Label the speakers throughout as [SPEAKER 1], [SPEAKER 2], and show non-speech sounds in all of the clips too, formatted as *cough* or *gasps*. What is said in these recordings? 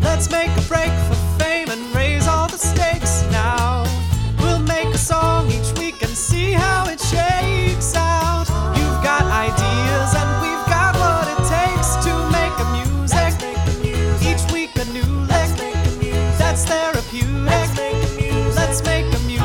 [SPEAKER 1] Let's make a break for fame and raise all the stakes now. We'll make a song each week and see how it shakes out. You've got ideas and we've got what it takes to make a music. Each week a new lick. That's therapeutic. Let's make a music.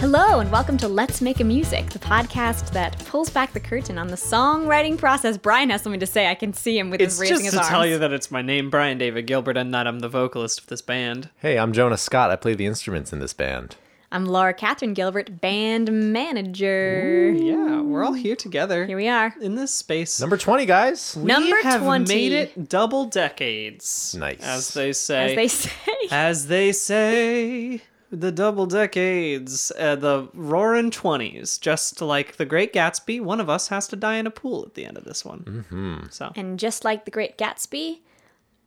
[SPEAKER 2] Hello, and welcome to Let's Make a Music, the podcast that pulls back the curtain on the songwriting process. Brian has something to say. I can see him with
[SPEAKER 1] It's
[SPEAKER 2] his raising
[SPEAKER 1] just
[SPEAKER 2] his
[SPEAKER 1] to
[SPEAKER 2] arms.
[SPEAKER 1] tell you that it's my name, Brian David Gilbert, and that I'm the vocalist of this band.
[SPEAKER 3] Hey, I'm Jonah Scott. I play the instruments in this band.
[SPEAKER 2] I'm Laura Catherine Gilbert, band manager.
[SPEAKER 1] Yeah, we're all here together
[SPEAKER 2] Here we are.
[SPEAKER 1] in this space.
[SPEAKER 3] Number 20, guys.
[SPEAKER 1] we
[SPEAKER 2] Number
[SPEAKER 1] have
[SPEAKER 2] 20.
[SPEAKER 1] made it double decades.
[SPEAKER 3] Nice.
[SPEAKER 1] as they say.
[SPEAKER 2] As they say.
[SPEAKER 1] As they say, the double decades, uh, the roaring twenties. Just like the Great Gatsby, one of us has to die in a pool at the end of this one. Mm-hmm. So
[SPEAKER 2] And just like the great Gatsby,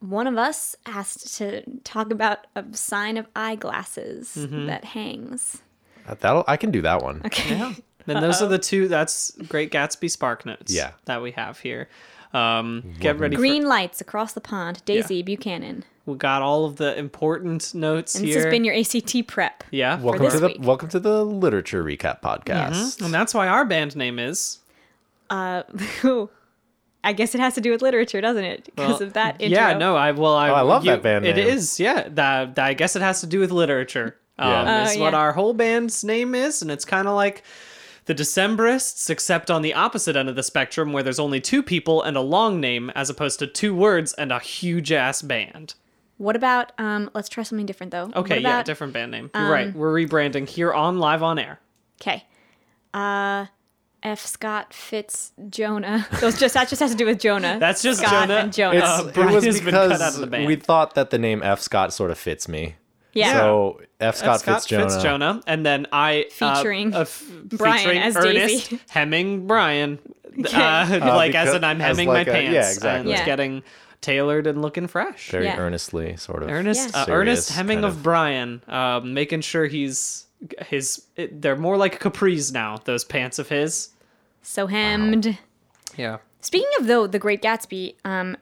[SPEAKER 2] one of us has to talk about a sign of eyeglasses
[SPEAKER 1] Mm-hmm.
[SPEAKER 2] that hangs.
[SPEAKER 3] Uh, That'll I can do that one.
[SPEAKER 2] Okay.
[SPEAKER 1] *laughs* then those are the two. That's Great Gatsby spark notes.
[SPEAKER 3] Yeah.
[SPEAKER 1] that we have here. Um, get ready. for-
[SPEAKER 2] Green lights across the pond. Daisy Buchanan.
[SPEAKER 1] we got all of the important notes
[SPEAKER 2] And
[SPEAKER 1] here.
[SPEAKER 2] this has been your ACT prep.
[SPEAKER 1] yeah.
[SPEAKER 3] Welcome
[SPEAKER 2] this
[SPEAKER 3] to the
[SPEAKER 2] week.
[SPEAKER 3] welcome to the literature recap podcast.
[SPEAKER 1] and that's why our band name is
[SPEAKER 2] Uh, I guess it has to do with literature, doesn't it? Because
[SPEAKER 1] Well,
[SPEAKER 2] of that intro.
[SPEAKER 1] Yeah, no, I well, I,
[SPEAKER 3] Oh, I love that band
[SPEAKER 1] It
[SPEAKER 3] name.
[SPEAKER 1] is, yeah. That, that- I guess it has to do with literature. Um,
[SPEAKER 3] Yeah.
[SPEAKER 1] is
[SPEAKER 2] Oh,
[SPEAKER 1] what
[SPEAKER 2] yeah.
[SPEAKER 1] our whole band's name is, and it's kind of like the Decembrists, except on the opposite end of the spectrum, where there's only two people and a long name, as opposed to two words and a huge ass band.
[SPEAKER 2] What about um? Let's try something different though.
[SPEAKER 1] Okay,
[SPEAKER 2] What
[SPEAKER 1] yeah,
[SPEAKER 2] about- um,
[SPEAKER 1] different band name. You're right. We're rebranding here on live on air.
[SPEAKER 2] Okay. Uh, F. Scott Fitz *laughs* Jonah. Those just that just has to do with Jonah.
[SPEAKER 1] *laughs* That's just
[SPEAKER 2] Scott
[SPEAKER 1] Jonah.
[SPEAKER 2] and Jonah. *laughs*
[SPEAKER 3] It's,
[SPEAKER 1] Uh, Brian
[SPEAKER 3] it was
[SPEAKER 1] has been cut out of
[SPEAKER 3] because
[SPEAKER 1] the band.
[SPEAKER 3] we thought that the name F. Scott sort of fits me.
[SPEAKER 2] yeah.
[SPEAKER 3] So F. Scott,
[SPEAKER 1] Scott
[SPEAKER 3] Fitzgerald.
[SPEAKER 1] Fitzjonah, and then I uh,
[SPEAKER 2] Featuring
[SPEAKER 1] uh, f-
[SPEAKER 2] Brian
[SPEAKER 1] featuring
[SPEAKER 2] as
[SPEAKER 1] Ernest *laughs*
[SPEAKER 2] Daisy.
[SPEAKER 1] Hemming Brian,
[SPEAKER 2] *laughs*
[SPEAKER 1] uh,
[SPEAKER 2] Uh,
[SPEAKER 1] *laughs* like as
[SPEAKER 3] because-
[SPEAKER 1] in I'm
[SPEAKER 3] as
[SPEAKER 1] hemming
[SPEAKER 3] like
[SPEAKER 1] my
[SPEAKER 3] a-
[SPEAKER 1] pants,
[SPEAKER 3] yeah, exactly.
[SPEAKER 1] and it's
[SPEAKER 2] Yeah.
[SPEAKER 1] getting tailored and looking fresh.
[SPEAKER 3] Very
[SPEAKER 2] Yeah.
[SPEAKER 3] earnestly, sort of.
[SPEAKER 1] Ernest,
[SPEAKER 2] Yeah.
[SPEAKER 1] uh, Ernest
[SPEAKER 3] Serious
[SPEAKER 1] Hemming
[SPEAKER 3] kind
[SPEAKER 1] of,
[SPEAKER 3] of-
[SPEAKER 1] Brian, um, making sure he's his. It, they're more like capris now. Those pants of his.
[SPEAKER 2] So hemmed.
[SPEAKER 1] Yeah.
[SPEAKER 2] Speaking of though, The Great Gatsby. Um,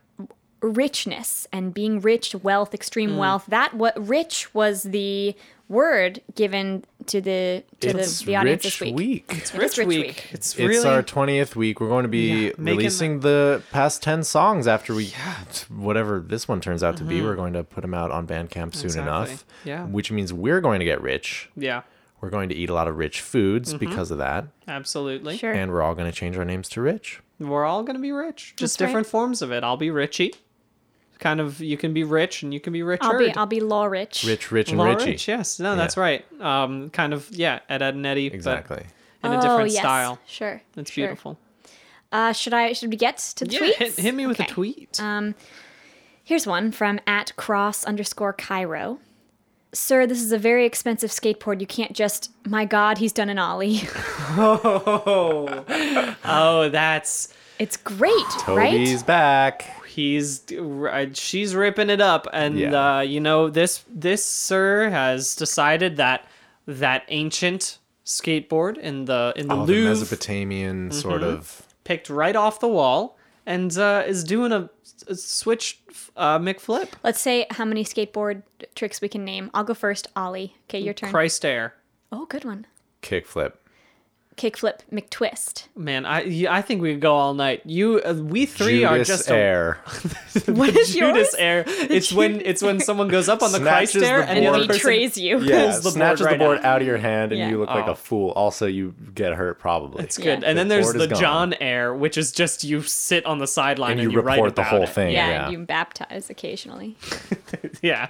[SPEAKER 2] richness and being rich, wealth, extreme
[SPEAKER 1] Mm.
[SPEAKER 2] wealth. That what rich was the word given to the to
[SPEAKER 3] It's
[SPEAKER 2] the, the audience
[SPEAKER 3] rich
[SPEAKER 2] this week.
[SPEAKER 3] week.
[SPEAKER 2] It is
[SPEAKER 1] Rich week. It's really
[SPEAKER 3] It's our 20th week. We're going to be
[SPEAKER 1] Yeah, making
[SPEAKER 3] releasing the past 10 songs after we, whatever this one turns out to be, we're going to put them out on Bandcamp soon
[SPEAKER 1] Exactly.
[SPEAKER 3] enough.
[SPEAKER 1] Yeah.
[SPEAKER 3] Which means we're going to get rich.
[SPEAKER 1] yeah,
[SPEAKER 3] We're going to eat a lot of rich foods
[SPEAKER 1] Mm-hmm.
[SPEAKER 3] because of that.
[SPEAKER 1] absolutely.
[SPEAKER 2] Sure.
[SPEAKER 3] And we're all going to change our names to Rich.
[SPEAKER 1] We're all gonna be rich, just
[SPEAKER 2] That's right.
[SPEAKER 1] different forms of it. I'll be Richie. Kind of, you can be rich and you can be Richard.
[SPEAKER 2] I'll be I'll be law rich.
[SPEAKER 3] Rich, Rich, and
[SPEAKER 1] Law
[SPEAKER 3] Richie.
[SPEAKER 1] Rich, yes, no, that's right. Um, kind of, yeah, Ed, Ed and Eddie, but
[SPEAKER 3] Exactly.
[SPEAKER 1] in a
[SPEAKER 2] Oh,
[SPEAKER 1] different
[SPEAKER 2] yes.
[SPEAKER 1] style.
[SPEAKER 2] Sure.
[SPEAKER 1] It's
[SPEAKER 2] sure.
[SPEAKER 1] beautiful.
[SPEAKER 2] Uh, should I should we get to the
[SPEAKER 1] Yeah,
[SPEAKER 2] tweets?
[SPEAKER 1] hit, hit me with
[SPEAKER 2] Okay. Um,
[SPEAKER 1] a tweet.
[SPEAKER 2] Here's one from at cross underscore Cairo. Sir, this is a very expensive skateboard. You can't just my God, he's done an ollie. *laughs*
[SPEAKER 1] oh, *laughs* oh, that's
[SPEAKER 2] It's great,
[SPEAKER 3] Toby's
[SPEAKER 2] right?
[SPEAKER 3] back.
[SPEAKER 1] he's uh, she's ripping it up, and
[SPEAKER 3] Yeah.
[SPEAKER 1] uh, you know this this sir has decided that that ancient skateboard in the in the
[SPEAKER 3] All Oh, the
[SPEAKER 1] Louvre
[SPEAKER 3] Mesopotamian
[SPEAKER 1] Mm-hmm.
[SPEAKER 3] sort of.
[SPEAKER 1] picked right off the wall and uh, is doing a, a switch uh, McFlip.
[SPEAKER 2] Let's say how many skateboard tricks we can name. I'll go first. Ollie. Okay, your turn.
[SPEAKER 1] Christ air.
[SPEAKER 2] Oh, good one.
[SPEAKER 3] Kickflip.
[SPEAKER 2] Kickflip McTwist.
[SPEAKER 1] Man, I yeah, I think we could go all night. You, uh, we three are
[SPEAKER 3] Judas
[SPEAKER 1] just a- *laughs*
[SPEAKER 3] air.
[SPEAKER 2] What
[SPEAKER 1] *laughs* the
[SPEAKER 2] is yours?
[SPEAKER 1] Judas air. It's when it's when someone goes up on the
[SPEAKER 3] Snatches
[SPEAKER 1] Christ air
[SPEAKER 3] the
[SPEAKER 1] and
[SPEAKER 2] And
[SPEAKER 1] the
[SPEAKER 3] board.
[SPEAKER 1] other
[SPEAKER 3] he
[SPEAKER 1] person
[SPEAKER 2] betrays you.
[SPEAKER 3] Yeah,
[SPEAKER 1] pulls the board
[SPEAKER 3] snatches
[SPEAKER 1] right
[SPEAKER 3] the board
[SPEAKER 1] out.
[SPEAKER 3] out. of your hand and
[SPEAKER 2] Yeah.
[SPEAKER 3] you look like
[SPEAKER 1] Oh.
[SPEAKER 3] a fool. Also, you get hurt probably.
[SPEAKER 1] It's good.
[SPEAKER 2] Yeah.
[SPEAKER 1] And then there's
[SPEAKER 3] board is
[SPEAKER 1] the
[SPEAKER 3] gone.
[SPEAKER 1] John air, which is just you sit on the sideline
[SPEAKER 3] and
[SPEAKER 1] and,
[SPEAKER 3] you,
[SPEAKER 1] write
[SPEAKER 3] report the
[SPEAKER 1] about
[SPEAKER 3] whole
[SPEAKER 1] it.
[SPEAKER 2] *laughs*
[SPEAKER 3] thing.
[SPEAKER 2] Yeah,
[SPEAKER 3] Yeah.
[SPEAKER 2] you baptize occasionally.
[SPEAKER 1] *laughs* Yeah,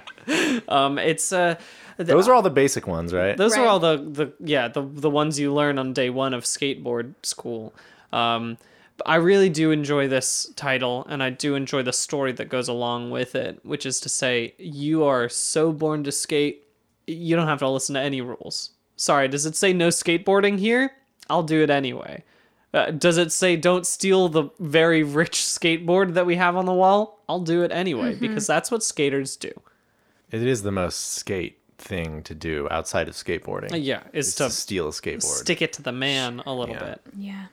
[SPEAKER 1] um, it's uh, th-
[SPEAKER 3] Those are all the basic ones, right?
[SPEAKER 1] those are
[SPEAKER 2] Right.
[SPEAKER 1] all the the yeah the the ones you learn on day one of skateboard school. Um, but I really do enjoy this title, and I do enjoy the story that goes along with it, which is to say, you are so born to skate, you don't have to listen to any rules. Sorry, does it say no skateboarding here? I'll do it anyway. Uh, does it say don't steal the very rich skateboard that we have on the wall? I'll do it anyway because that's what skaters do.
[SPEAKER 3] It is the most skate thing to do outside of skateboarding.
[SPEAKER 1] Yeah, is
[SPEAKER 3] It's
[SPEAKER 1] to
[SPEAKER 3] to steal a skateboard.
[SPEAKER 1] stick it to the man a little
[SPEAKER 3] Yeah.
[SPEAKER 1] bit.
[SPEAKER 2] Yeah.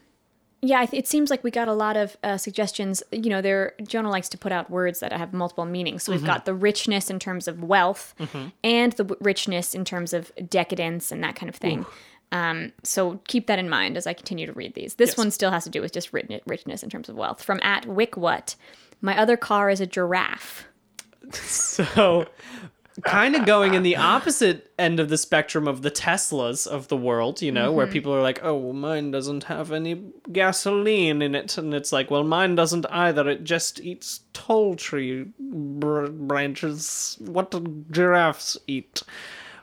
[SPEAKER 2] Yeah, I th- it seems like we got a lot of uh, suggestions. You know, there Jonah likes to put out words that have multiple meanings. So we've
[SPEAKER 1] Mm-hmm.
[SPEAKER 2] got the richness in terms of wealth, and the w- richness in terms of decadence and that kind of thing. Um, so keep that in mind as I continue to read these. This one still has to do with just rit- richness in terms of wealth. From at Wickwhat, my other car is a giraffe.
[SPEAKER 1] So, kind of going in the opposite end of the spectrum of the Teslas of the world, you know,
[SPEAKER 2] Mm-hmm.
[SPEAKER 1] where people are like, oh, well, mine doesn't have any gasoline in it. And it's like, well, mine doesn't either. It just eats tall tree br- branches. What do giraffes eat?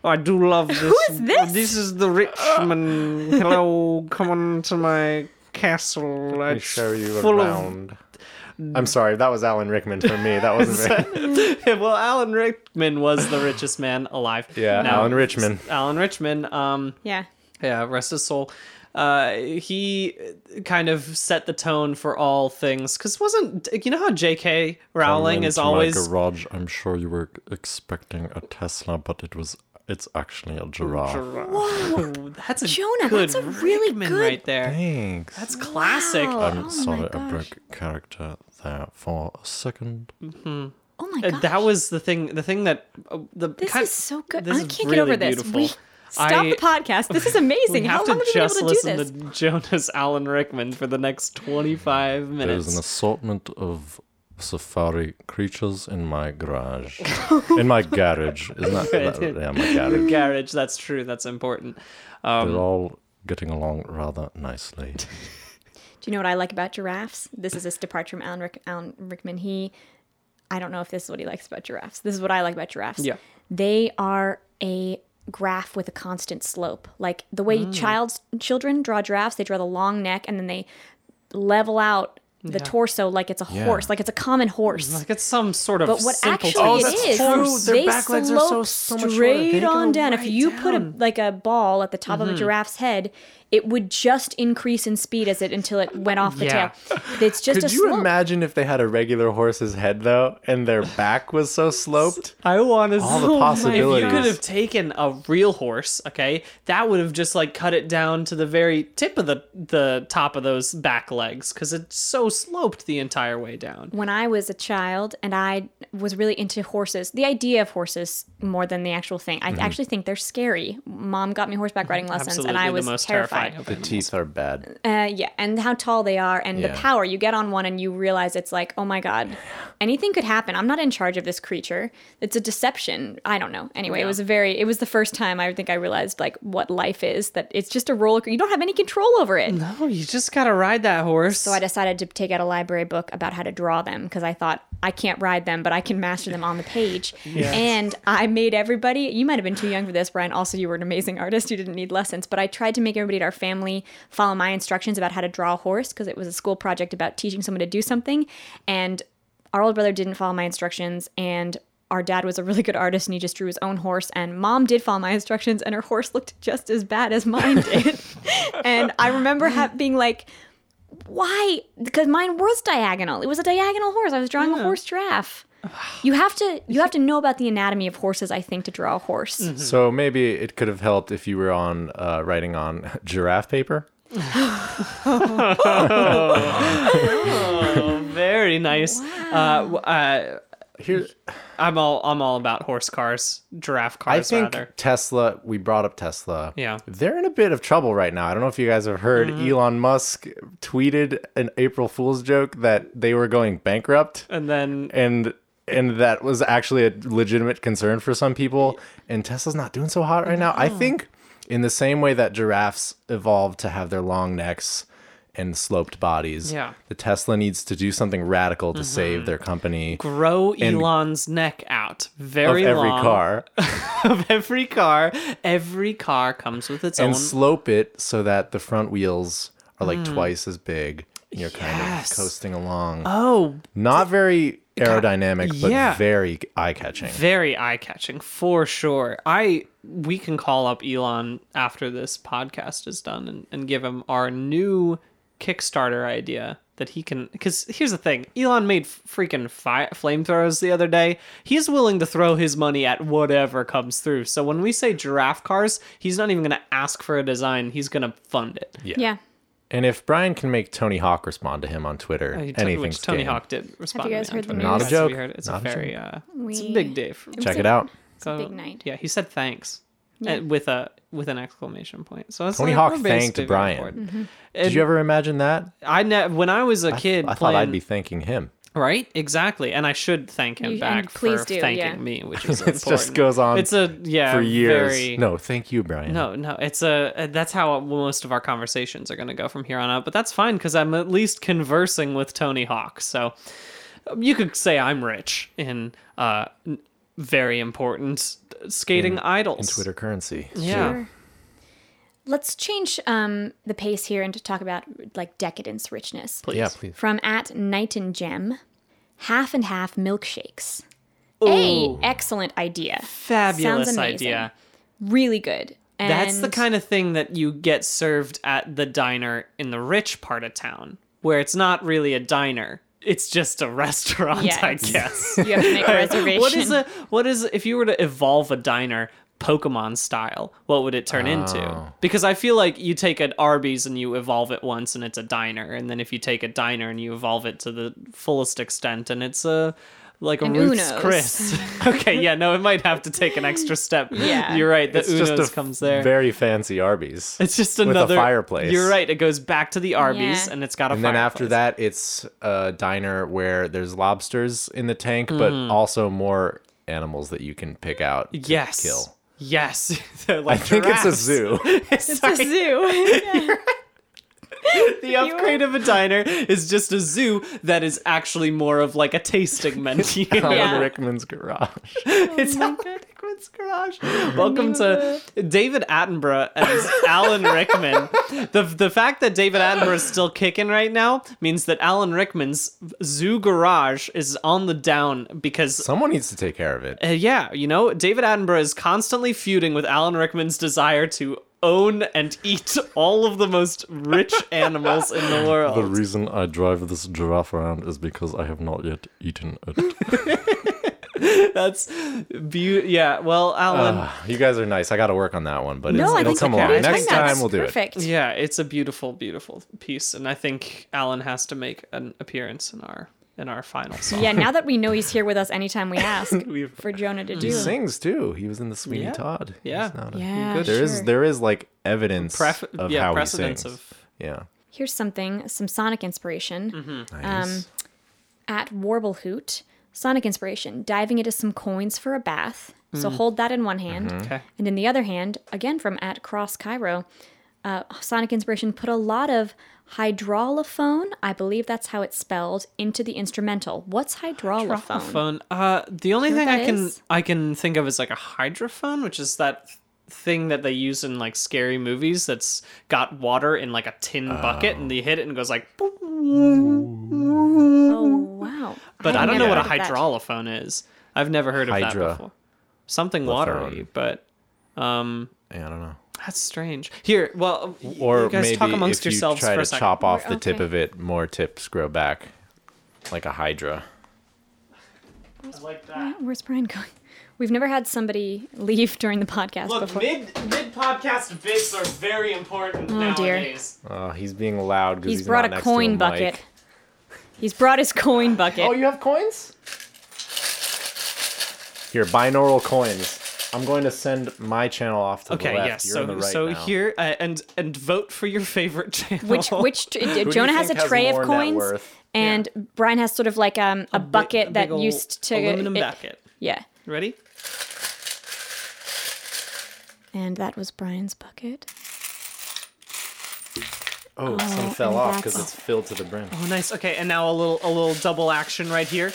[SPEAKER 1] "Oh, I do
[SPEAKER 2] *laughs*
[SPEAKER 1] love this.
[SPEAKER 2] is this? Uh.
[SPEAKER 1] This is the rich man. Hello, come on to my castle.
[SPEAKER 3] Let me show you around. I'm sorry, that was Alan Rickman for me. That wasn't
[SPEAKER 4] *laughs*
[SPEAKER 3] very.
[SPEAKER 1] *laughs* well, Alan Rickman was the richest man alive.
[SPEAKER 3] Yeah,
[SPEAKER 1] Now,
[SPEAKER 3] Alan Richman.
[SPEAKER 1] Alan Richman. Um,
[SPEAKER 2] Yeah.
[SPEAKER 1] yeah, rest his soul. Uh, he kind of set the tone for all things because wasn't you know how J.K. Rowling is always
[SPEAKER 4] garage. I'm sure you were expecting a Tesla, but it was it's actually a giraffe.
[SPEAKER 1] Whoa, that's a
[SPEAKER 2] Jonah,
[SPEAKER 1] good
[SPEAKER 2] that's a really
[SPEAKER 1] Rickman
[SPEAKER 2] good-
[SPEAKER 1] right there.
[SPEAKER 4] Thanks.
[SPEAKER 1] That's classic.
[SPEAKER 2] Wow.
[SPEAKER 4] I'm
[SPEAKER 2] Oh my
[SPEAKER 4] sorry, I
[SPEAKER 2] gosh.
[SPEAKER 4] broke character there for a second.
[SPEAKER 2] Oh my
[SPEAKER 1] Uh,
[SPEAKER 2] god.
[SPEAKER 1] that was the thing. The thing that uh, the
[SPEAKER 2] This
[SPEAKER 1] kind-
[SPEAKER 2] is so good.
[SPEAKER 1] This
[SPEAKER 2] I
[SPEAKER 1] is
[SPEAKER 2] can't
[SPEAKER 1] really
[SPEAKER 2] get over this.
[SPEAKER 1] Beautiful.
[SPEAKER 2] We stop
[SPEAKER 1] I-
[SPEAKER 2] the podcast. This is amazing.
[SPEAKER 1] We
[SPEAKER 2] How
[SPEAKER 1] have
[SPEAKER 2] long
[SPEAKER 1] to
[SPEAKER 2] have we been
[SPEAKER 1] just
[SPEAKER 2] able to do
[SPEAKER 1] listen
[SPEAKER 2] this?
[SPEAKER 1] to Jonas Alan Rickman for the next 25 minutes.
[SPEAKER 4] There's an assortment of safari creatures in my
[SPEAKER 1] *laughs*
[SPEAKER 4] garage. in my garage. Isn't that, that- yeah, my garage.
[SPEAKER 1] Garage, that's true. That's important. Um,
[SPEAKER 4] They're all getting along rather nicely.
[SPEAKER 2] Do you know what I like about giraffes? This is this departure from Alan, Rick- Alan Rickman. He, I don't know if this is what he likes about giraffes. This is what I like about giraffes.
[SPEAKER 1] Yeah.
[SPEAKER 2] They are a graph with a constant slope. Like the way child's children draw giraffes, they draw the long neck and then they level out the torso like it's a horse, like it's a common horse.
[SPEAKER 1] Like it's some sort of
[SPEAKER 2] But what
[SPEAKER 1] simple
[SPEAKER 2] actually
[SPEAKER 3] Oh,
[SPEAKER 2] it
[SPEAKER 3] that's
[SPEAKER 2] is,
[SPEAKER 3] true. Their
[SPEAKER 2] they
[SPEAKER 3] back legs are
[SPEAKER 2] slope
[SPEAKER 3] so- so much shorter. They
[SPEAKER 2] straight
[SPEAKER 3] go Mm-hmm.
[SPEAKER 2] on down. if
[SPEAKER 1] right
[SPEAKER 2] you put a
[SPEAKER 1] down.
[SPEAKER 2] like a ball at the top of a giraffe's head, it would just increase in speed as it until it went off the
[SPEAKER 1] Yeah.
[SPEAKER 2] tail.
[SPEAKER 3] *laughs*
[SPEAKER 2] It's just
[SPEAKER 3] Could
[SPEAKER 2] a
[SPEAKER 3] you
[SPEAKER 2] slope.
[SPEAKER 3] imagine if they had a regular horse's head though,
[SPEAKER 2] *laughs*
[SPEAKER 3] and their back was so sloped?
[SPEAKER 1] I want Oh to *laughs*
[SPEAKER 3] All the
[SPEAKER 1] If
[SPEAKER 3] possibilities.
[SPEAKER 1] you could have taken a real horse, okay, that would have just like cut it down to the very tip of the the top of those back legs because it's so sloped the entire way down.
[SPEAKER 2] when I was a child and I was really into horses, the idea of horses more than the actual thing.
[SPEAKER 3] Mm-hmm.
[SPEAKER 2] I actually think they're scary. Mom got me horseback riding lessons
[SPEAKER 1] Absolutely,
[SPEAKER 2] and I
[SPEAKER 1] the
[SPEAKER 2] was
[SPEAKER 1] most
[SPEAKER 2] terrified.
[SPEAKER 1] terrifying. of
[SPEAKER 3] The teeth are bad.
[SPEAKER 2] Uh, yeah, and how tall they are, and
[SPEAKER 3] Yeah.
[SPEAKER 2] the power you get on one, and you realize it's like, oh my god, anything could happen. I'm not in charge of this creature. It's a deception. I don't know. Anyway, it was a very. It was the first time I think I realized like what life is. That it's just a roller. co- You don't have any control over it.
[SPEAKER 1] No, Oh, you just gotta ride that horse. *laughs*
[SPEAKER 2] So I decided to take out a library book about how to draw them because I thought I can't ride them, but I can master them on the page. And I made everybody, you might have been too young for this, Brian. Also, you were an amazing artist. You didn't need lessons, but I tried to make everybody at our family follow my instructions about how to draw a horse because it was a school project about teaching someone to do something. And our older brother didn't follow my instructions and our dad was a really good artist and he just drew his own horse and mom did follow my instructions and her horse looked just as bad as mine did *laughs* and i remember ha- being like why because mine was diagonal it was a diagonal horse i was drawing a horse giraffe you have to you have to know about the anatomy of horses i think to draw a horse
[SPEAKER 1] Mm-hmm.
[SPEAKER 3] So maybe it could have helped if you were on uh, writing on *laughs* giraffe paper.
[SPEAKER 1] Oh, very nice. Uh, w- uh,
[SPEAKER 3] Here,
[SPEAKER 1] I'm all I'm all about horse cars, giraffe
[SPEAKER 3] I
[SPEAKER 1] cars
[SPEAKER 3] think
[SPEAKER 1] rather.
[SPEAKER 3] Tesla. We brought up Tesla.
[SPEAKER 1] Yeah.
[SPEAKER 3] they're in a bit of trouble right now. I don't know if you guys have heard.
[SPEAKER 2] Mm-hmm.
[SPEAKER 3] Elon Musk tweeted an April Fool's joke that they were going bankrupt.
[SPEAKER 1] And then
[SPEAKER 3] and and that was actually a legitimate concern for some people and tesla's not doing so hot right now i think in the same way that giraffes evolved to have their long necks and sloped bodies
[SPEAKER 1] Yeah. Mm-hmm.
[SPEAKER 3] the tesla needs to do something radical to save their company
[SPEAKER 1] grow Elon's neck out
[SPEAKER 3] of
[SPEAKER 1] very
[SPEAKER 3] every
[SPEAKER 1] long.
[SPEAKER 3] car
[SPEAKER 1] *laughs* of every car. Every car comes with its own
[SPEAKER 3] and slope it so that the front wheels are like twice as big and you're kind of
[SPEAKER 1] Mm. Yes.
[SPEAKER 3] coasting along
[SPEAKER 1] Oh,
[SPEAKER 3] not very aerodynamic but
[SPEAKER 1] yeah.
[SPEAKER 3] very eye-catching
[SPEAKER 1] very eye-catching for sure. I we can call up Elon after this podcast is done and, and give him our new Kickstarter idea that he can. Because here's the thing: Elon made freaking fi- flamethrowers the other day. He's willing to throw his money at whatever comes through. So when we say giraffe cars, he's not even going to ask for a design. He's going to fund it.
[SPEAKER 2] yeah
[SPEAKER 3] And if Brian can make Tony Hawk respond to him on Twitter,
[SPEAKER 1] Hey, Tony-
[SPEAKER 3] anything's
[SPEAKER 1] which Tony
[SPEAKER 3] game.
[SPEAKER 1] Hawk did respond.
[SPEAKER 2] guys
[SPEAKER 1] to me on
[SPEAKER 2] heard the
[SPEAKER 1] Twitter.
[SPEAKER 2] news? Not a
[SPEAKER 1] Yes,
[SPEAKER 3] joke.
[SPEAKER 1] We heard it. It's
[SPEAKER 3] Not a
[SPEAKER 1] a very, uh, it's a
[SPEAKER 2] We-
[SPEAKER 1] big day. For,
[SPEAKER 2] was
[SPEAKER 3] Check
[SPEAKER 2] a-
[SPEAKER 3] it out.
[SPEAKER 2] It's a big night.
[SPEAKER 1] Yeah, he said thanks
[SPEAKER 2] Yeah.
[SPEAKER 1] and with a with an exclamation point. So it's
[SPEAKER 3] Tony
[SPEAKER 1] like,
[SPEAKER 3] Hawk
[SPEAKER 1] we're basically
[SPEAKER 3] thanked
[SPEAKER 1] very
[SPEAKER 3] Brian.
[SPEAKER 1] important.
[SPEAKER 2] Mm-hmm.
[SPEAKER 3] Did
[SPEAKER 1] And
[SPEAKER 3] you ever imagine that?
[SPEAKER 1] I ne- when I was a
[SPEAKER 3] I th-
[SPEAKER 1] kid
[SPEAKER 3] I
[SPEAKER 1] playing
[SPEAKER 3] thought I'd be thanking him.
[SPEAKER 1] right exactly, and I should thank him
[SPEAKER 2] You- and
[SPEAKER 1] back
[SPEAKER 2] please
[SPEAKER 1] for
[SPEAKER 2] do,
[SPEAKER 1] thanking
[SPEAKER 2] yeah.
[SPEAKER 1] me, which is
[SPEAKER 3] *laughs* It
[SPEAKER 1] important.
[SPEAKER 3] just goes on
[SPEAKER 1] It's a yeah
[SPEAKER 3] for years.
[SPEAKER 1] Very,
[SPEAKER 3] No, thank you, Brian.
[SPEAKER 1] No, no, it's a uh, that's how most of our conversations are going to go from here on out. But that's fine because I'm at least conversing with Tony Hawk. So um, you could say I'm rich in uh, n- very important uh, skating idols.
[SPEAKER 3] in Twitter currency.
[SPEAKER 1] yeah.
[SPEAKER 3] Sure.
[SPEAKER 2] Let's change um, the pace here and to talk about like decadence richness.
[SPEAKER 1] please.
[SPEAKER 3] Yeah, please.
[SPEAKER 2] From at Night and Gem, half and half milkshakes. A excellent idea.
[SPEAKER 1] Fabulous
[SPEAKER 2] Sounds amazing.
[SPEAKER 1] idea.
[SPEAKER 2] Really good. And
[SPEAKER 1] That's the kind of thing that you get served at the diner in the rich part of town, where it's not really a diner. It's just a restaurant,
[SPEAKER 2] Yeah,
[SPEAKER 1] I
[SPEAKER 2] it's-
[SPEAKER 1] guess.
[SPEAKER 2] you have to make a
[SPEAKER 1] *laughs*
[SPEAKER 2] reservation.
[SPEAKER 1] What is a what is if you were to evolve a diner Pokemon style, what would it turn
[SPEAKER 2] Oh.
[SPEAKER 1] into? Because I feel like you take an Arby's and you evolve it once and it's a diner, and then if you take a diner and you evolve it to the fullest extent and it's a like a
[SPEAKER 2] An
[SPEAKER 1] Ruth's
[SPEAKER 2] Uno's.
[SPEAKER 1] Chris. *laughs* okay, yeah, no, it might have to take an extra step.
[SPEAKER 2] Yeah.
[SPEAKER 1] You're right. The
[SPEAKER 3] It's
[SPEAKER 1] Uno's
[SPEAKER 3] just a
[SPEAKER 1] comes there.
[SPEAKER 3] very fancy Arby's.
[SPEAKER 1] it's just
[SPEAKER 3] with a
[SPEAKER 1] another
[SPEAKER 3] fireplace.
[SPEAKER 1] You're right. It goes back to the Arby's
[SPEAKER 2] Yeah.
[SPEAKER 1] and it's got a
[SPEAKER 3] and then after
[SPEAKER 1] fireplace.
[SPEAKER 3] that, it's a diner where there's lobsters in the tank, but
[SPEAKER 1] Hmm.
[SPEAKER 3] also more animals that you can pick out. to
[SPEAKER 1] yes.
[SPEAKER 3] kill.
[SPEAKER 1] Yes. *laughs* They're
[SPEAKER 3] I
[SPEAKER 1] like
[SPEAKER 3] think it's a
[SPEAKER 1] giraffes. *laughs*
[SPEAKER 3] zoo.
[SPEAKER 2] It's a zoo.
[SPEAKER 1] The upgrade of a diner is just a zoo that is actually more of like a tasting menu. *laughs*
[SPEAKER 2] Yeah.
[SPEAKER 3] Alan *laughs* Rickman's garage.
[SPEAKER 1] it's Alan Rickman's garage. Welcome to David Attenborough as Alan Rickman. the The fact that David Attenborough is still kicking right now means that Alan Rickman's zoo garage is on the down because.
[SPEAKER 3] Someone needs to take care of it.
[SPEAKER 1] uh, yeah, you know, David Attenborough is constantly feuding with Alan Rickman's desire to own and eat all of the most rich animals in the world.
[SPEAKER 4] The reason I drive this giraffe around is because I have not yet eaten
[SPEAKER 3] *laughs*
[SPEAKER 4] it.
[SPEAKER 1] That's beautiful. Yeah. Well, Alan.
[SPEAKER 3] Uh, you guys are nice. I got to work on that one, but
[SPEAKER 2] no,
[SPEAKER 3] it's,
[SPEAKER 2] I
[SPEAKER 3] it'll
[SPEAKER 2] think
[SPEAKER 3] come
[SPEAKER 2] what
[SPEAKER 3] along.
[SPEAKER 2] you're doing
[SPEAKER 3] Next
[SPEAKER 2] now is
[SPEAKER 3] time we'll do it.
[SPEAKER 2] perfect.
[SPEAKER 1] yeah, it's a beautiful, beautiful piece, and I think Alan has to make an appearance in our in our final song.
[SPEAKER 2] *laughs* Yeah, now that we know he's here with us anytime
[SPEAKER 1] *laughs*
[SPEAKER 2] we ask
[SPEAKER 1] We've-
[SPEAKER 2] for Jonah to do.
[SPEAKER 3] He sings too. He was in the Sweeney
[SPEAKER 1] Yeah.
[SPEAKER 3] Todd. He's
[SPEAKER 1] Yeah.
[SPEAKER 3] not a-
[SPEAKER 2] Yeah,
[SPEAKER 1] Good.
[SPEAKER 3] There is
[SPEAKER 2] sure.
[SPEAKER 3] there is like evidence
[SPEAKER 1] Pref-
[SPEAKER 3] of
[SPEAKER 1] yeah,
[SPEAKER 3] how he
[SPEAKER 1] precedence
[SPEAKER 3] sings.
[SPEAKER 1] of.
[SPEAKER 3] yeah.
[SPEAKER 2] Here's something, some Sonic inspiration.
[SPEAKER 1] Mm-hmm. um,
[SPEAKER 3] Nice.
[SPEAKER 2] at Warblehoot, Sonic Inspiration, diving into some coins for a bath. So hold that in one hand.
[SPEAKER 1] Mm.
[SPEAKER 3] Mm-hmm.
[SPEAKER 1] Okay.
[SPEAKER 2] And in the other hand, again from at Cross Cairo, uh, Sonic Inspiration put a lot of hydrolophone, I believe that's how it's spelled, into the instrumental. What's hydrolophone?
[SPEAKER 1] Hydrophone. Uh, the only
[SPEAKER 2] know
[SPEAKER 1] thing
[SPEAKER 2] what
[SPEAKER 1] I
[SPEAKER 2] that
[SPEAKER 1] can
[SPEAKER 2] is?
[SPEAKER 1] I can think of is like a hydrophone, which is that thing that they use in like scary movies that's got water in like a tin bucket and they hit it and it goes like
[SPEAKER 2] Oh, wow.
[SPEAKER 1] but I, don't know
[SPEAKER 2] never
[SPEAKER 1] what a
[SPEAKER 2] heard of that.
[SPEAKER 1] hydrolophone is. I've never heard of
[SPEAKER 3] Hydra-
[SPEAKER 1] that before. Something watery, but um
[SPEAKER 3] yeah, I don't know.
[SPEAKER 1] That's strange. Here, well, y-
[SPEAKER 3] Or
[SPEAKER 1] you guys
[SPEAKER 3] maybe
[SPEAKER 1] talk amongst
[SPEAKER 3] if you
[SPEAKER 1] yourselves
[SPEAKER 3] try
[SPEAKER 1] for
[SPEAKER 3] to
[SPEAKER 1] a second.
[SPEAKER 3] chop off
[SPEAKER 2] We're-
[SPEAKER 3] the tip
[SPEAKER 2] okay.
[SPEAKER 3] of it, more tips grow back, like a hydra.
[SPEAKER 1] like that.
[SPEAKER 2] Where's Brian going? We've never had somebody leave during the podcast
[SPEAKER 1] Look,
[SPEAKER 2] before.
[SPEAKER 1] mid mid podcast bits are very important
[SPEAKER 2] Oh, dear.
[SPEAKER 1] nowadays.
[SPEAKER 3] Oh, he's being loud because
[SPEAKER 2] He's,
[SPEAKER 3] he's,
[SPEAKER 2] brought
[SPEAKER 3] not
[SPEAKER 2] a
[SPEAKER 3] next to
[SPEAKER 2] coin
[SPEAKER 3] mic.
[SPEAKER 2] bucket. *laughs* He's brought his
[SPEAKER 3] *laughs*
[SPEAKER 2] coin bucket.
[SPEAKER 3] Oh, you have coins? Here, binaural coins. I'm going to send my channel off to
[SPEAKER 1] Okay,
[SPEAKER 3] the left.
[SPEAKER 1] yes.
[SPEAKER 3] You're
[SPEAKER 1] so
[SPEAKER 3] on the right
[SPEAKER 1] so
[SPEAKER 3] now.
[SPEAKER 1] here uh, and and vote for your favorite channel. *laughs*
[SPEAKER 2] Which
[SPEAKER 3] *laughs*
[SPEAKER 2] which tr-
[SPEAKER 3] you
[SPEAKER 2] Jonah has a
[SPEAKER 3] think has
[SPEAKER 2] tray
[SPEAKER 3] more
[SPEAKER 2] of
[SPEAKER 3] net
[SPEAKER 2] coins,
[SPEAKER 3] worth?
[SPEAKER 2] and Brian has sort of like um, a, bucket
[SPEAKER 1] Big-
[SPEAKER 2] that
[SPEAKER 1] big ol'
[SPEAKER 2] used to
[SPEAKER 1] aluminum
[SPEAKER 2] it-
[SPEAKER 1] bucket.
[SPEAKER 2] Yeah,
[SPEAKER 1] Ready?
[SPEAKER 2] and that was Brian's bucket.
[SPEAKER 3] Oh, some
[SPEAKER 2] Oh,
[SPEAKER 3] fell
[SPEAKER 2] and
[SPEAKER 3] off because
[SPEAKER 2] that's-
[SPEAKER 3] it's filled to the brim.
[SPEAKER 1] Oh, nice. Okay, and now a little a little double action right here.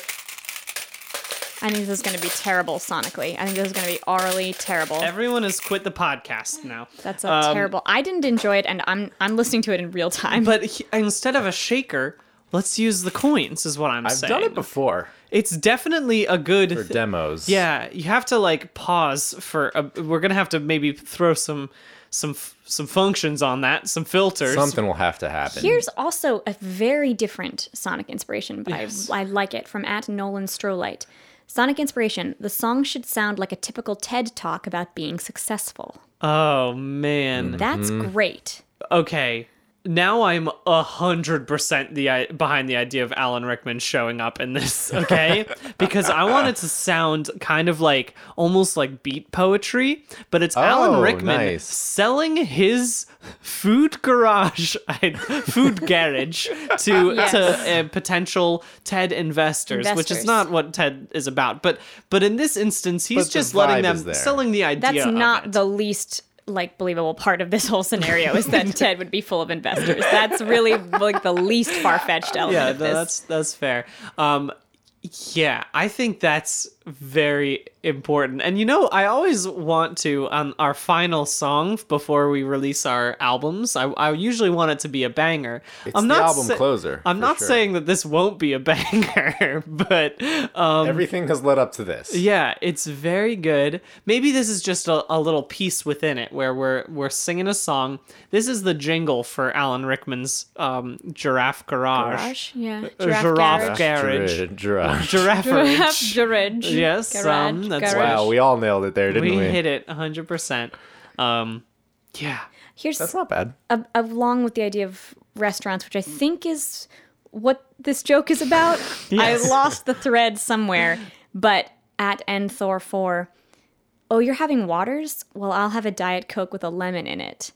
[SPEAKER 2] I think this is going to be terrible sonically. I think this is going to be orally terrible.
[SPEAKER 1] Everyone has quit the podcast now.
[SPEAKER 2] That's a
[SPEAKER 1] Um,
[SPEAKER 2] terrible. I didn't enjoy it, and I'm I'm listening to it in real time.
[SPEAKER 1] But he, instead of a shaker, let's use the coins. Is what I'm
[SPEAKER 3] I've
[SPEAKER 1] saying.
[SPEAKER 3] done it before
[SPEAKER 1] It's definitely a good.
[SPEAKER 3] for
[SPEAKER 1] thi-
[SPEAKER 3] demos.
[SPEAKER 1] Yeah, you have to like pause for. A, we're gonna have to maybe throw some, some, f- some functions on that, some filters.
[SPEAKER 3] Something will have to happen.
[SPEAKER 2] Here's also a very different Sonic inspiration, but
[SPEAKER 1] Yes.
[SPEAKER 2] I, I like it from at Nolan Strolite. Sonic inspiration. The song should sound like a typical TED talk about being successful.
[SPEAKER 1] Oh man.
[SPEAKER 2] That's great.
[SPEAKER 1] Okay. now I'm a hundred percent the i- behind the idea of Alan Rickman showing up in
[SPEAKER 3] *laughs*
[SPEAKER 1] this, okay? because I want it to sound kind of like almost like beat poetry, but it's Alan
[SPEAKER 3] Oh,
[SPEAKER 1] Rickman
[SPEAKER 3] nice.
[SPEAKER 1] selling his food garage, *laughs* food garage to
[SPEAKER 2] *laughs* Yes.
[SPEAKER 1] to uh, potential TED investors, which is not
[SPEAKER 2] Investors.
[SPEAKER 1] what TED is about. But but in this instance,
[SPEAKER 3] But
[SPEAKER 1] he's
[SPEAKER 3] the
[SPEAKER 1] just letting
[SPEAKER 3] vibe
[SPEAKER 1] them
[SPEAKER 3] is there.
[SPEAKER 1] selling the idea.
[SPEAKER 2] That's
[SPEAKER 1] of
[SPEAKER 2] not
[SPEAKER 1] it.
[SPEAKER 2] the least like believable part of this whole scenario is
[SPEAKER 1] *laughs*
[SPEAKER 2] that Ted would be full of investors. That's really like the least far fetched element
[SPEAKER 1] yeah
[SPEAKER 2] of this.
[SPEAKER 1] that's that's fair um yeah i think that's very important and you know i always want to on our final song before we release our albums i, I usually want it to be a banger i'm
[SPEAKER 3] the
[SPEAKER 1] not
[SPEAKER 3] album closer,
[SPEAKER 1] i'm
[SPEAKER 3] for
[SPEAKER 1] not
[SPEAKER 3] sure.
[SPEAKER 1] saying that this won't be a *laughs* banger but um
[SPEAKER 3] Everything has led up to this.
[SPEAKER 1] yeah, it's very good. Maybe this is just a, a little piece within it where we're we're singing a song. This is the jingle for Alan Rickman's um, Giraffe Garage.
[SPEAKER 2] Garage? Yeah.
[SPEAKER 1] Uh,
[SPEAKER 2] Giraffe,
[SPEAKER 1] giraffe
[SPEAKER 2] garage.
[SPEAKER 1] garage.
[SPEAKER 3] Gira- *laughs* giraffe.
[SPEAKER 1] Giraffe.
[SPEAKER 2] Giraffe garage.
[SPEAKER 1] Yes,
[SPEAKER 2] Garage,
[SPEAKER 1] um, that's
[SPEAKER 2] garage.
[SPEAKER 3] Wow, we all nailed it there, didn't
[SPEAKER 1] we
[SPEAKER 3] we?
[SPEAKER 1] hit it 100%. Um, yeah.
[SPEAKER 2] Here's
[SPEAKER 3] That's not bad.
[SPEAKER 2] a, along with the idea of restaurants, which I think is what this joke is about.
[SPEAKER 1] *laughs* Yes.
[SPEAKER 2] I lost the thread somewhere, but at Enthor 4, oh, you're having waters? Well, I'll have a Diet Coke with a lemon in it.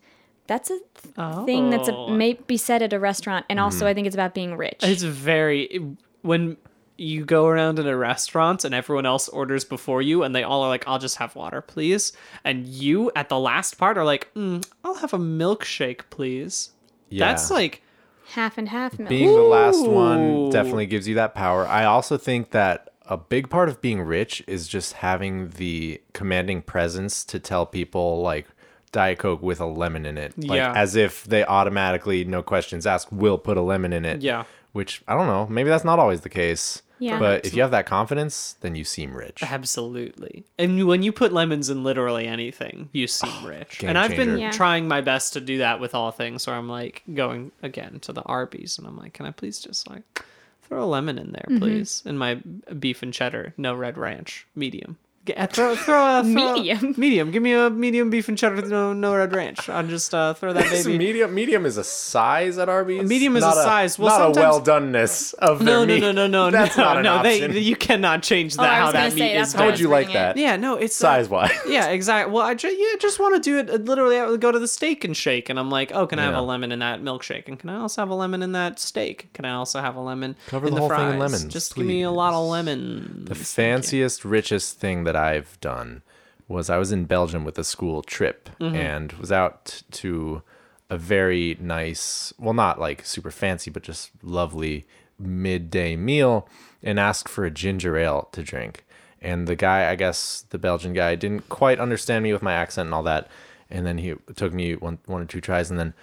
[SPEAKER 2] That's a th- thing that's a,
[SPEAKER 1] Oh. Mm-hmm.
[SPEAKER 2] may be said at a restaurant, and also I think it's about being rich.
[SPEAKER 1] It's very. When you go around in a restaurant and everyone else orders before you and they all are like, I'll just have water, please. And you at the last part are like, mm, I'll have a milkshake, please. That's
[SPEAKER 3] Yeah.
[SPEAKER 1] like.
[SPEAKER 2] half and half milk.
[SPEAKER 3] Being the last one
[SPEAKER 1] Ooh.
[SPEAKER 3] definitely gives you that power. I also think that a big part of being rich is just having the commanding presence to tell people like Diet Coke with a lemon in it. Like
[SPEAKER 1] Yeah.
[SPEAKER 3] as if they automatically, no questions asked, will put a lemon in it.
[SPEAKER 1] Yeah.
[SPEAKER 3] Which I don't know. Maybe that's not always the case.
[SPEAKER 2] Yeah.
[SPEAKER 3] But if you have that confidence, then you seem rich.
[SPEAKER 1] Absolutely. And when you put lemons in literally anything, you seem rich.
[SPEAKER 3] Oh, game
[SPEAKER 1] And I've been
[SPEAKER 3] changer.
[SPEAKER 2] Yeah.
[SPEAKER 1] trying my best to do that with all things where I'm like going again to the Arby's and I'm like, can I please just like throw a lemon in
[SPEAKER 2] Mm-hmm.
[SPEAKER 1] there, please? In my beef and cheddar, no red ranch, medium. G- uh,
[SPEAKER 2] *laughs*
[SPEAKER 1] Throw, throw, a, throw a-
[SPEAKER 2] Medium?
[SPEAKER 1] medium. Give me a medium beef and cheddar, with no, no red ranch. I'll just uh, throw
[SPEAKER 3] *laughs*
[SPEAKER 1] that
[SPEAKER 3] Is
[SPEAKER 1] baby.
[SPEAKER 3] medium medium is a size at Arby's.
[SPEAKER 1] Medium is
[SPEAKER 3] Not
[SPEAKER 1] a size. Well,
[SPEAKER 3] not a
[SPEAKER 1] sometimes-
[SPEAKER 3] well doneness of their
[SPEAKER 1] No, no,
[SPEAKER 3] meat.
[SPEAKER 1] no, no, no,
[SPEAKER 3] That's
[SPEAKER 1] no,
[SPEAKER 3] not an
[SPEAKER 1] no.
[SPEAKER 3] option.
[SPEAKER 1] They, you cannot change that.
[SPEAKER 2] Oh, I
[SPEAKER 1] how
[SPEAKER 2] was gonna
[SPEAKER 1] that meat
[SPEAKER 2] say,
[SPEAKER 1] is
[SPEAKER 2] that's
[SPEAKER 1] done.
[SPEAKER 3] How would you like
[SPEAKER 2] Bringing it.
[SPEAKER 3] that?
[SPEAKER 1] Yeah, no, it's uh,
[SPEAKER 3] Size wise.
[SPEAKER 1] yeah, exactly. Well, I ju- yeah, just want to do it. uh, Literally, I would go to the steak and shake, and I'm like, oh, can I have
[SPEAKER 3] Yeah.
[SPEAKER 1] a lemon in that milkshake? And can I also have a lemon in that steak? Can I also have a lemon
[SPEAKER 3] Cover
[SPEAKER 1] in
[SPEAKER 3] the
[SPEAKER 1] the,
[SPEAKER 3] whole
[SPEAKER 1] fries?
[SPEAKER 3] thing in lemons,
[SPEAKER 1] just give me a lot of
[SPEAKER 3] please."
[SPEAKER 1] lemon.
[SPEAKER 3] The fanciest, richest thing that I've done was I was in Belgium with a school trip and was out to a very nice, well, not like super fancy, but just lovely midday meal and asked for a ginger ale to drink. And the guy, I guess the Belgian guy, didn't quite understand me with my accent and all that. And then he took me one, one or two tries and then,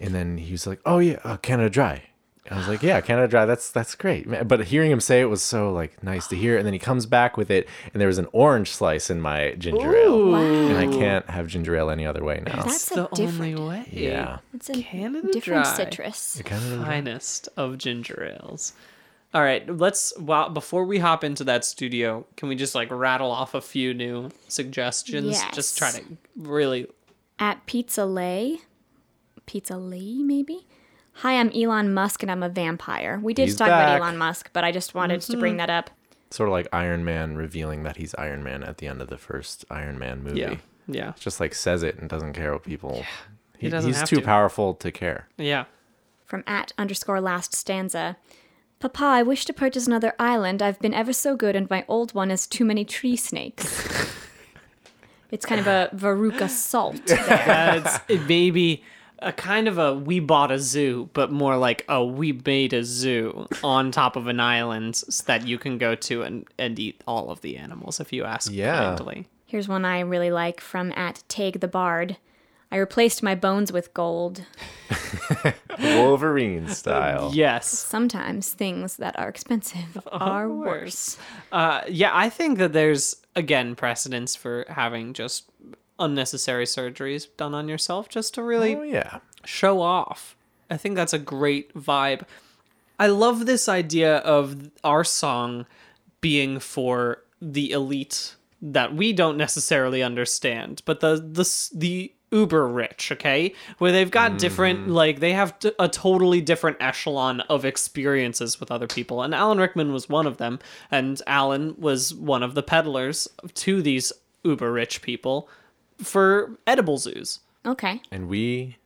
[SPEAKER 3] and then he was like, "Oh yeah, uh, Canada Dry." I was like, yeah, Canada Dry. That's that's great. Man, But hearing him say it was so like nice to hear. And then he comes back with it, and there was an orange slice in my ginger ale, and I can't have ginger ale any other way now.
[SPEAKER 2] That's a
[SPEAKER 1] the
[SPEAKER 2] different.
[SPEAKER 1] only way.
[SPEAKER 3] yeah,
[SPEAKER 2] It's a
[SPEAKER 1] Canada
[SPEAKER 2] different
[SPEAKER 1] Dry.
[SPEAKER 2] citrus.
[SPEAKER 3] Canada Dry.
[SPEAKER 1] finest of ginger ales. All right, let's. Wow, before we hop into that studio, can we just like rattle off a few new suggestions? Just try
[SPEAKER 2] Yes.
[SPEAKER 1] to really.
[SPEAKER 2] at Pizza Lay. Pizza Lee, maybe? Hi, I'm Elon Musk and I'm a vampire. We did
[SPEAKER 3] He's
[SPEAKER 2] talk
[SPEAKER 3] back. Mm-hmm.
[SPEAKER 2] about Elon Musk, but I just wanted to bring that up.
[SPEAKER 3] Sort of like Iron Man revealing that he's Iron Man at the end of the first Iron Man movie.
[SPEAKER 1] Yeah. Yeah.
[SPEAKER 3] Just like says it and doesn't care what people. He,
[SPEAKER 1] doesn't
[SPEAKER 3] he's
[SPEAKER 1] have
[SPEAKER 3] too
[SPEAKER 1] to.
[SPEAKER 3] powerful to care.
[SPEAKER 1] Yeah.
[SPEAKER 2] From at underscore last stanza. Papa, I wish to purchase another island. I've been ever so good, and my old one is too many tree snakes.
[SPEAKER 3] *laughs*
[SPEAKER 2] it's kind of a Veruca salt.
[SPEAKER 1] Uh, it's it may be a kind of a we bought a zoo, but more like a we made a zoo on top of an island s- that you can go to and, and eat all of the animals if you ask
[SPEAKER 3] Yeah.
[SPEAKER 1] kindly.
[SPEAKER 2] Here's one I really like from at Tag the Bard. I replaced my bones with gold.
[SPEAKER 1] *laughs*
[SPEAKER 3] Wolverine style.
[SPEAKER 1] Yes.
[SPEAKER 2] Sometimes things that are
[SPEAKER 3] *laughs*
[SPEAKER 2] expensive are worse.
[SPEAKER 1] Uh, yeah, I think that there's, again, precedence for having just unnecessary surgeries done on yourself just to really
[SPEAKER 3] Oh yeah.
[SPEAKER 1] show off. I think that's a great vibe. I love this idea of our song being for the elite that we don't necessarily understand, but the the s- the uber rich, okay? Where they've got different, like, they have t- a totally different echelon of experiences with other people. And Alan Rickman was one of them. And Alan was one of the peddlers to these uber rich people for edible zoos.
[SPEAKER 2] Okay.
[SPEAKER 3] And we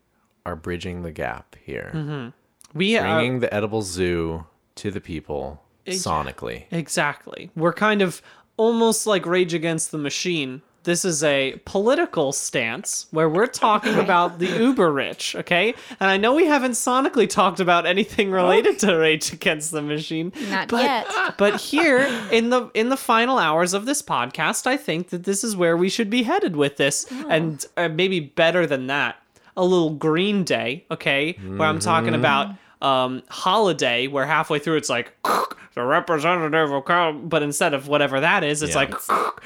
[SPEAKER 3] are bridging the gap here,
[SPEAKER 1] Mm-hmm. We are
[SPEAKER 3] bringing the edible zoo to the people sonically.
[SPEAKER 1] Exactly. We're kind of almost like Rage Against the Machine. This is a political stance where we're talking about the uber rich, okay? And I know we haven't sonically talked about anything related to Rage Against the Machine.
[SPEAKER 2] Not
[SPEAKER 1] but,
[SPEAKER 2] yet.
[SPEAKER 1] But here in the in the final hours of this podcast, I think that this is where we should be headed with this and uh, maybe better than that. A little green day, okay? Where I'm talking about um, holiday where halfway through it's like *laughs* the representative will come, but instead of whatever that is, it's
[SPEAKER 3] Yeah.
[SPEAKER 1] like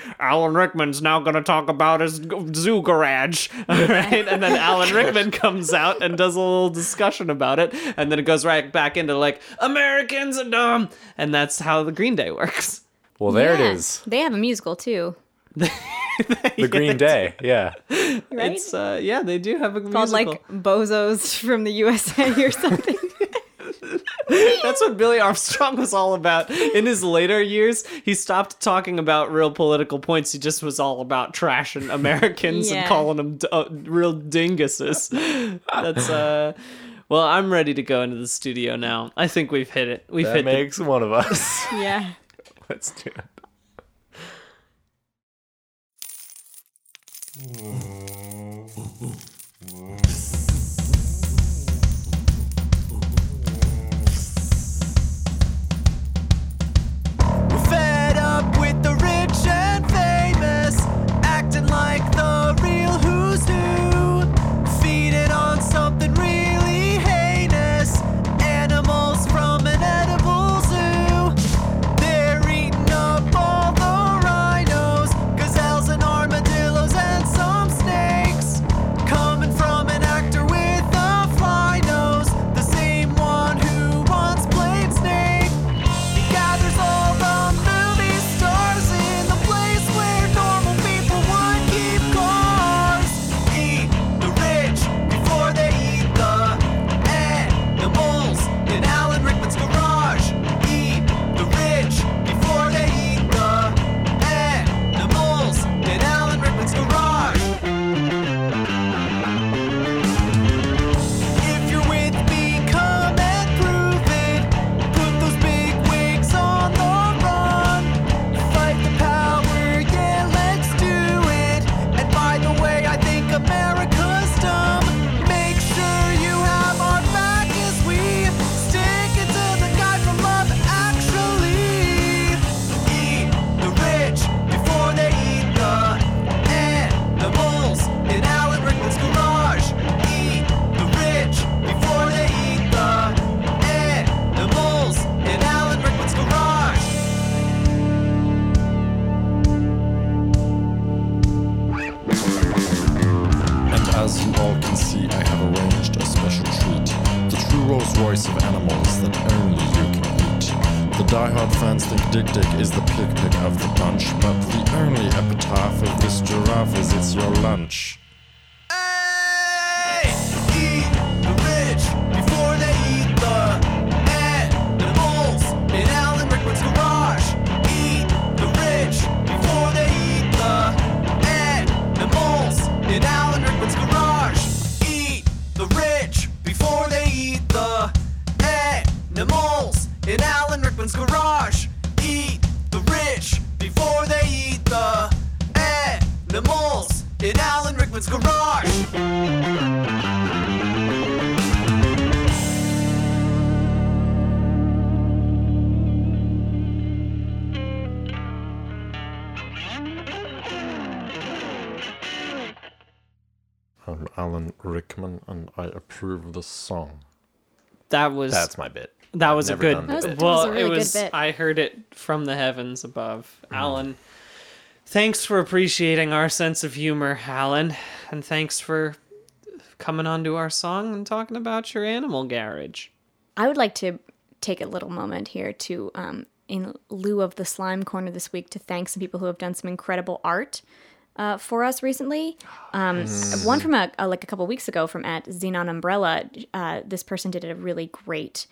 [SPEAKER 1] *laughs* Alan Rickman's now going to talk about his g- zoo garage, *laughs* right? and then Alan Rickman comes out and does a little discussion about it, and then it goes right back into like Americans are dumb, and that's how the Green Day works.
[SPEAKER 3] Well, there
[SPEAKER 2] Yeah. *laughs*
[SPEAKER 3] it is.
[SPEAKER 2] They have a musical too.
[SPEAKER 3] The Green Day. Yeah.
[SPEAKER 2] Right?
[SPEAKER 1] It's uh, yeah, they do have a
[SPEAKER 2] called
[SPEAKER 1] musical.
[SPEAKER 2] like Bozos *laughs* from the USA or something.
[SPEAKER 1] That's what Billy Armstrong was all about. In his later years, he stopped talking about real political points. He just was all about trashing Americans and
[SPEAKER 2] Yeah.
[SPEAKER 1] calling them d- uh, real dinguses. That's uh well, I'm ready to go into the studio now. I think we've hit it. We've
[SPEAKER 3] That
[SPEAKER 1] hit the
[SPEAKER 3] makes one
[SPEAKER 4] *laughs*
[SPEAKER 3] of us.
[SPEAKER 2] yeah.
[SPEAKER 3] Let's do it.
[SPEAKER 5] Fed up with the rich and famous, acting like the real who's who. Feeding on something really heinous, animals from an edible zoo. They're eating up all the rhinos, gazelles and armadillos and some snakes. Coming from an actor with a fly nose, the same one who once played Snake. He gathers all the movie stars in the place where normal people would keep cars. Eat the rich before they eat the animals in Alan Rickman's garage. Eat the rich before they eat the animals in Alan Rickman's garage. If you're with me, come and prove it. Put those big wigs on the run. Fight the power, yeah, let's do it. And by the way, I think America's dumb. Make sure you have our back as we stick it to the guy from Love Actually. Eat the rich before they eat the animals in Alan Rickman's garage. Eat the rich before they eat the animals in Alan Rickman's garage.
[SPEAKER 4] And as you all can see, I have arranged a special treat. The true Rolls Royce of animals that only you can eat. The diehard fans think Dick Dick is the pick pick of the bunch, but the only epitaph of this giraffe is it's your lunch.
[SPEAKER 5] Hey! Eat the rich before they eat the animals in Alan Rickman's garage. Eat the rich before they eat the animals in Alan Rickman's garage. Eat the rich before they eat the animals in Alan Rickman's garage. Eat the rich before they eat the animals in Alan Rickman's garage.
[SPEAKER 4] I'm Alan Rickman, and I approve this song.
[SPEAKER 1] that was
[SPEAKER 3] That's my bit.
[SPEAKER 1] that was a
[SPEAKER 3] never
[SPEAKER 1] good
[SPEAKER 3] done That was-
[SPEAKER 2] that
[SPEAKER 1] well
[SPEAKER 2] was a really
[SPEAKER 1] it
[SPEAKER 2] good
[SPEAKER 1] was
[SPEAKER 2] bit.
[SPEAKER 1] I heard it from the heavens above.
[SPEAKER 3] Mm.
[SPEAKER 1] Alan thanks for appreciating our sense of humor, Alan, and thanks for coming onto our song and talking about your animal garage.
[SPEAKER 2] I would like to take a little moment here to, um, in lieu of the slime corner this week, to thank some people who have done some incredible art. uh, for us
[SPEAKER 3] *gasps*
[SPEAKER 2] recently. Um, One from a, a like a couple weeks ago from at Xenon Umbrella. Uh, this person did a really great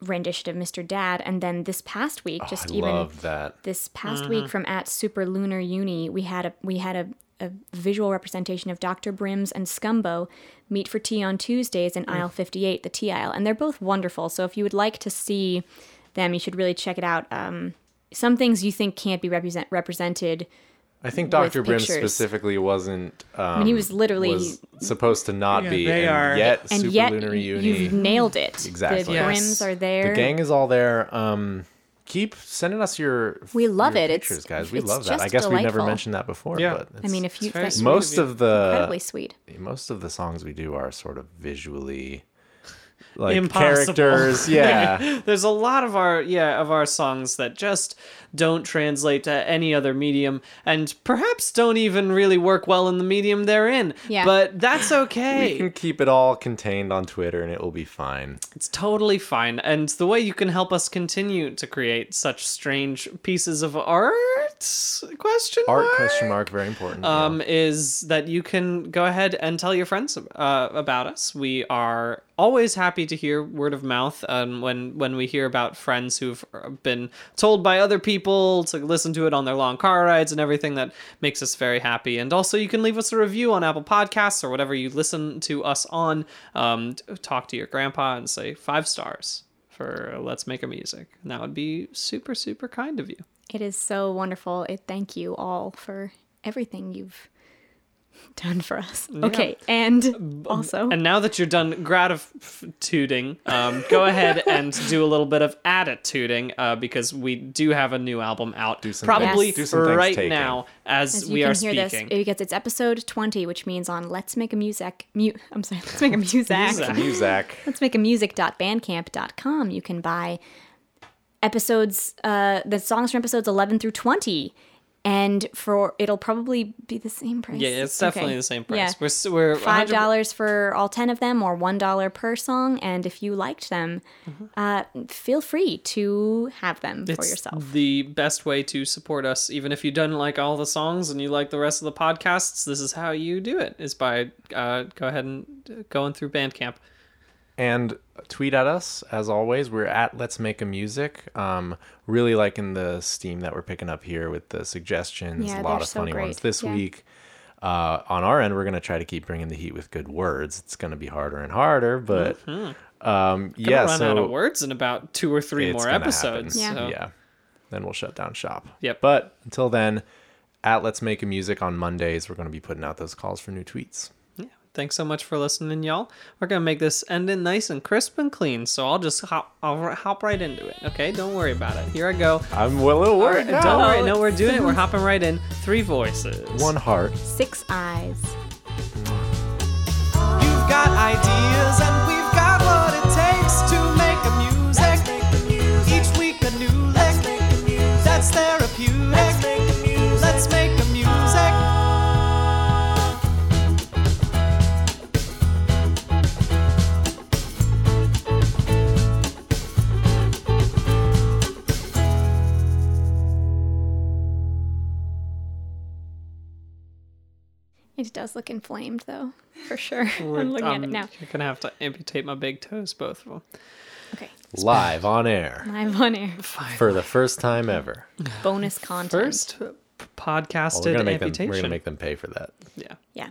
[SPEAKER 2] rendition of Mr. Dad, and then this past week, just
[SPEAKER 3] Oh, I
[SPEAKER 2] even
[SPEAKER 3] love that.
[SPEAKER 2] this past
[SPEAKER 3] Mm-hmm.
[SPEAKER 2] week from at Super Lunar Uni, we had a we had a, a visual representation of Dr. Brims and Scumbo meet for tea on Tuesdays
[SPEAKER 3] Mm.
[SPEAKER 2] in aisle 58, the tea aisle, and they're both wonderful. So if you would like to see them, you should really check it out. Um, some things you think can't be represent, represented.
[SPEAKER 3] I think
[SPEAKER 2] with
[SPEAKER 3] Dr. Brim
[SPEAKER 2] pictures.
[SPEAKER 3] specifically wasn't. Um, I
[SPEAKER 2] mean, he was literally-
[SPEAKER 3] supposed to not
[SPEAKER 1] Yeah,
[SPEAKER 3] be.
[SPEAKER 1] they
[SPEAKER 3] and
[SPEAKER 1] are-
[SPEAKER 3] Yet,
[SPEAKER 2] And
[SPEAKER 3] Super
[SPEAKER 2] yet
[SPEAKER 3] Lunar
[SPEAKER 2] y-
[SPEAKER 3] Uni.
[SPEAKER 2] you've nailed it.
[SPEAKER 3] Exactly.
[SPEAKER 2] The
[SPEAKER 3] Yes.
[SPEAKER 2] brims are there.
[SPEAKER 3] The gang is all there. Um, keep sending us your
[SPEAKER 2] We love
[SPEAKER 3] your
[SPEAKER 2] it. It's-
[SPEAKER 3] pictures, guys. We
[SPEAKER 2] it's
[SPEAKER 3] love that. I
[SPEAKER 2] just
[SPEAKER 3] guess we never
[SPEAKER 2] delightful.
[SPEAKER 3] mentioned that before.
[SPEAKER 1] Yeah.
[SPEAKER 3] But
[SPEAKER 2] I
[SPEAKER 3] it's-
[SPEAKER 2] mean, if you
[SPEAKER 1] It's very
[SPEAKER 2] that's
[SPEAKER 1] sweet.
[SPEAKER 3] most of
[SPEAKER 2] incredibly
[SPEAKER 3] the
[SPEAKER 2] sweet.
[SPEAKER 3] most of the songs we do are sort of visually like
[SPEAKER 1] Impossible. *laughs*
[SPEAKER 3] characters. Yeah.
[SPEAKER 1] There's a lot of our yeah of our songs that just don't translate to any other medium, and perhaps don't even really work well in the medium they're in.
[SPEAKER 2] Yeah.
[SPEAKER 1] But
[SPEAKER 3] *laughs*
[SPEAKER 1] that's
[SPEAKER 3] you
[SPEAKER 1] okay.
[SPEAKER 3] can keep it all contained on Twitter, and it will be fine.
[SPEAKER 1] It's totally fine. And the way you can help us continue to create such strange pieces of art question
[SPEAKER 3] Art
[SPEAKER 1] mark?
[SPEAKER 3] question mark very important. yeah.
[SPEAKER 1] um, is that you can go ahead and tell your friends uh, about us. We are always happy to hear word of mouth um, when when we hear about friends who've uh, been told by other people to listen to it on their long car rides and everything. That makes us very happy. And also, you can leave us a review on Apple Podcasts or whatever you listen to us on. Um, t- talk to your grandpa and say five stars for Let's Make a Music. And that would be super super kind of you.
[SPEAKER 2] It is so wonderful. It, thank you all for everything you've *laughs* done for us. Okay, and also
[SPEAKER 1] And now that you're done gratituding, um, go ahead and do a little bit of attituding uh, because we do have a new album out,
[SPEAKER 3] some
[SPEAKER 1] probably
[SPEAKER 2] things- do
[SPEAKER 3] some things
[SPEAKER 1] right
[SPEAKER 3] taking.
[SPEAKER 1] now as,
[SPEAKER 2] as you
[SPEAKER 1] we
[SPEAKER 2] can
[SPEAKER 1] are
[SPEAKER 2] hear
[SPEAKER 1] speaking.
[SPEAKER 2] this because it's episode 20, which means on Let's Make a Music mu- I'm sorry, Let's Make a Music.
[SPEAKER 3] you, Zach.
[SPEAKER 2] Let's Make a Music.bandcamp.com. You can buy episodes uh the songs from episodes 11 through 20 and for it'll probably be the same price.
[SPEAKER 1] yeah, it's definitely
[SPEAKER 2] Okay.
[SPEAKER 1] the same
[SPEAKER 2] Yeah.
[SPEAKER 1] price. We're s- We're,
[SPEAKER 2] five
[SPEAKER 1] 100
[SPEAKER 2] dollars for all ten of them or one dollar per song and if you liked them uh, feel free to have them for
[SPEAKER 1] Mm-hmm. It's
[SPEAKER 2] yourself
[SPEAKER 1] The best way to support us, even if you don't like all the songs and you like the rest of the podcasts, this is how you do it: is by uh, go ahead and uh, going through Bandcamp.
[SPEAKER 3] and tweet at us as always we're at let's make a music um really liking the steam that we're picking up here with the suggestions
[SPEAKER 2] Yeah,
[SPEAKER 3] a lot
[SPEAKER 2] they're
[SPEAKER 3] of
[SPEAKER 2] so
[SPEAKER 3] funny ones
[SPEAKER 2] great.
[SPEAKER 3] this
[SPEAKER 2] Yeah.
[SPEAKER 3] week uh on our end we're gonna try to keep bringing the heat with good words it's gonna be harder and harder but um
[SPEAKER 1] Mm-hmm. Gonna
[SPEAKER 3] yeah
[SPEAKER 1] run
[SPEAKER 3] so
[SPEAKER 1] out of words in about two or three
[SPEAKER 3] it's
[SPEAKER 1] more
[SPEAKER 3] gonna
[SPEAKER 1] episodes.
[SPEAKER 3] happen.
[SPEAKER 1] so-
[SPEAKER 3] yeah then we'll shut down shop
[SPEAKER 1] Yep.
[SPEAKER 3] but until then at let's make a music on mondays we're gonna be putting out those calls for new tweets
[SPEAKER 1] Thanks so much for listening, y'all. We're gonna make this ending nice and crisp and clean, so I'll just hop I'll hop right into it. Okay, don't worry about it. Here I go.
[SPEAKER 3] i'm a little worried now.
[SPEAKER 1] Don't worry, no, we're doing it.
[SPEAKER 3] *laughs*
[SPEAKER 1] We're hopping right in. Three voices.
[SPEAKER 3] one heart
[SPEAKER 2] six eyes
[SPEAKER 5] You've got ideas and we've got what it takes to make a music. Each week a new lick. That's therapeutic. Let's make a music.
[SPEAKER 2] it does look inflamed though for sure *laughs*
[SPEAKER 1] We're-
[SPEAKER 2] i'm looking at it
[SPEAKER 1] um,
[SPEAKER 2] now
[SPEAKER 1] You're gonna have to amputate my big toes, both of them.
[SPEAKER 2] okay
[SPEAKER 3] live on air
[SPEAKER 2] *laughs* live on air
[SPEAKER 3] for the first time ever.
[SPEAKER 2] bonus content
[SPEAKER 1] First p- podcasted
[SPEAKER 3] Well, Oh, we're gonna make them.
[SPEAKER 1] amputation.
[SPEAKER 3] We're gonna make them pay for that.
[SPEAKER 1] yeah.
[SPEAKER 2] yeah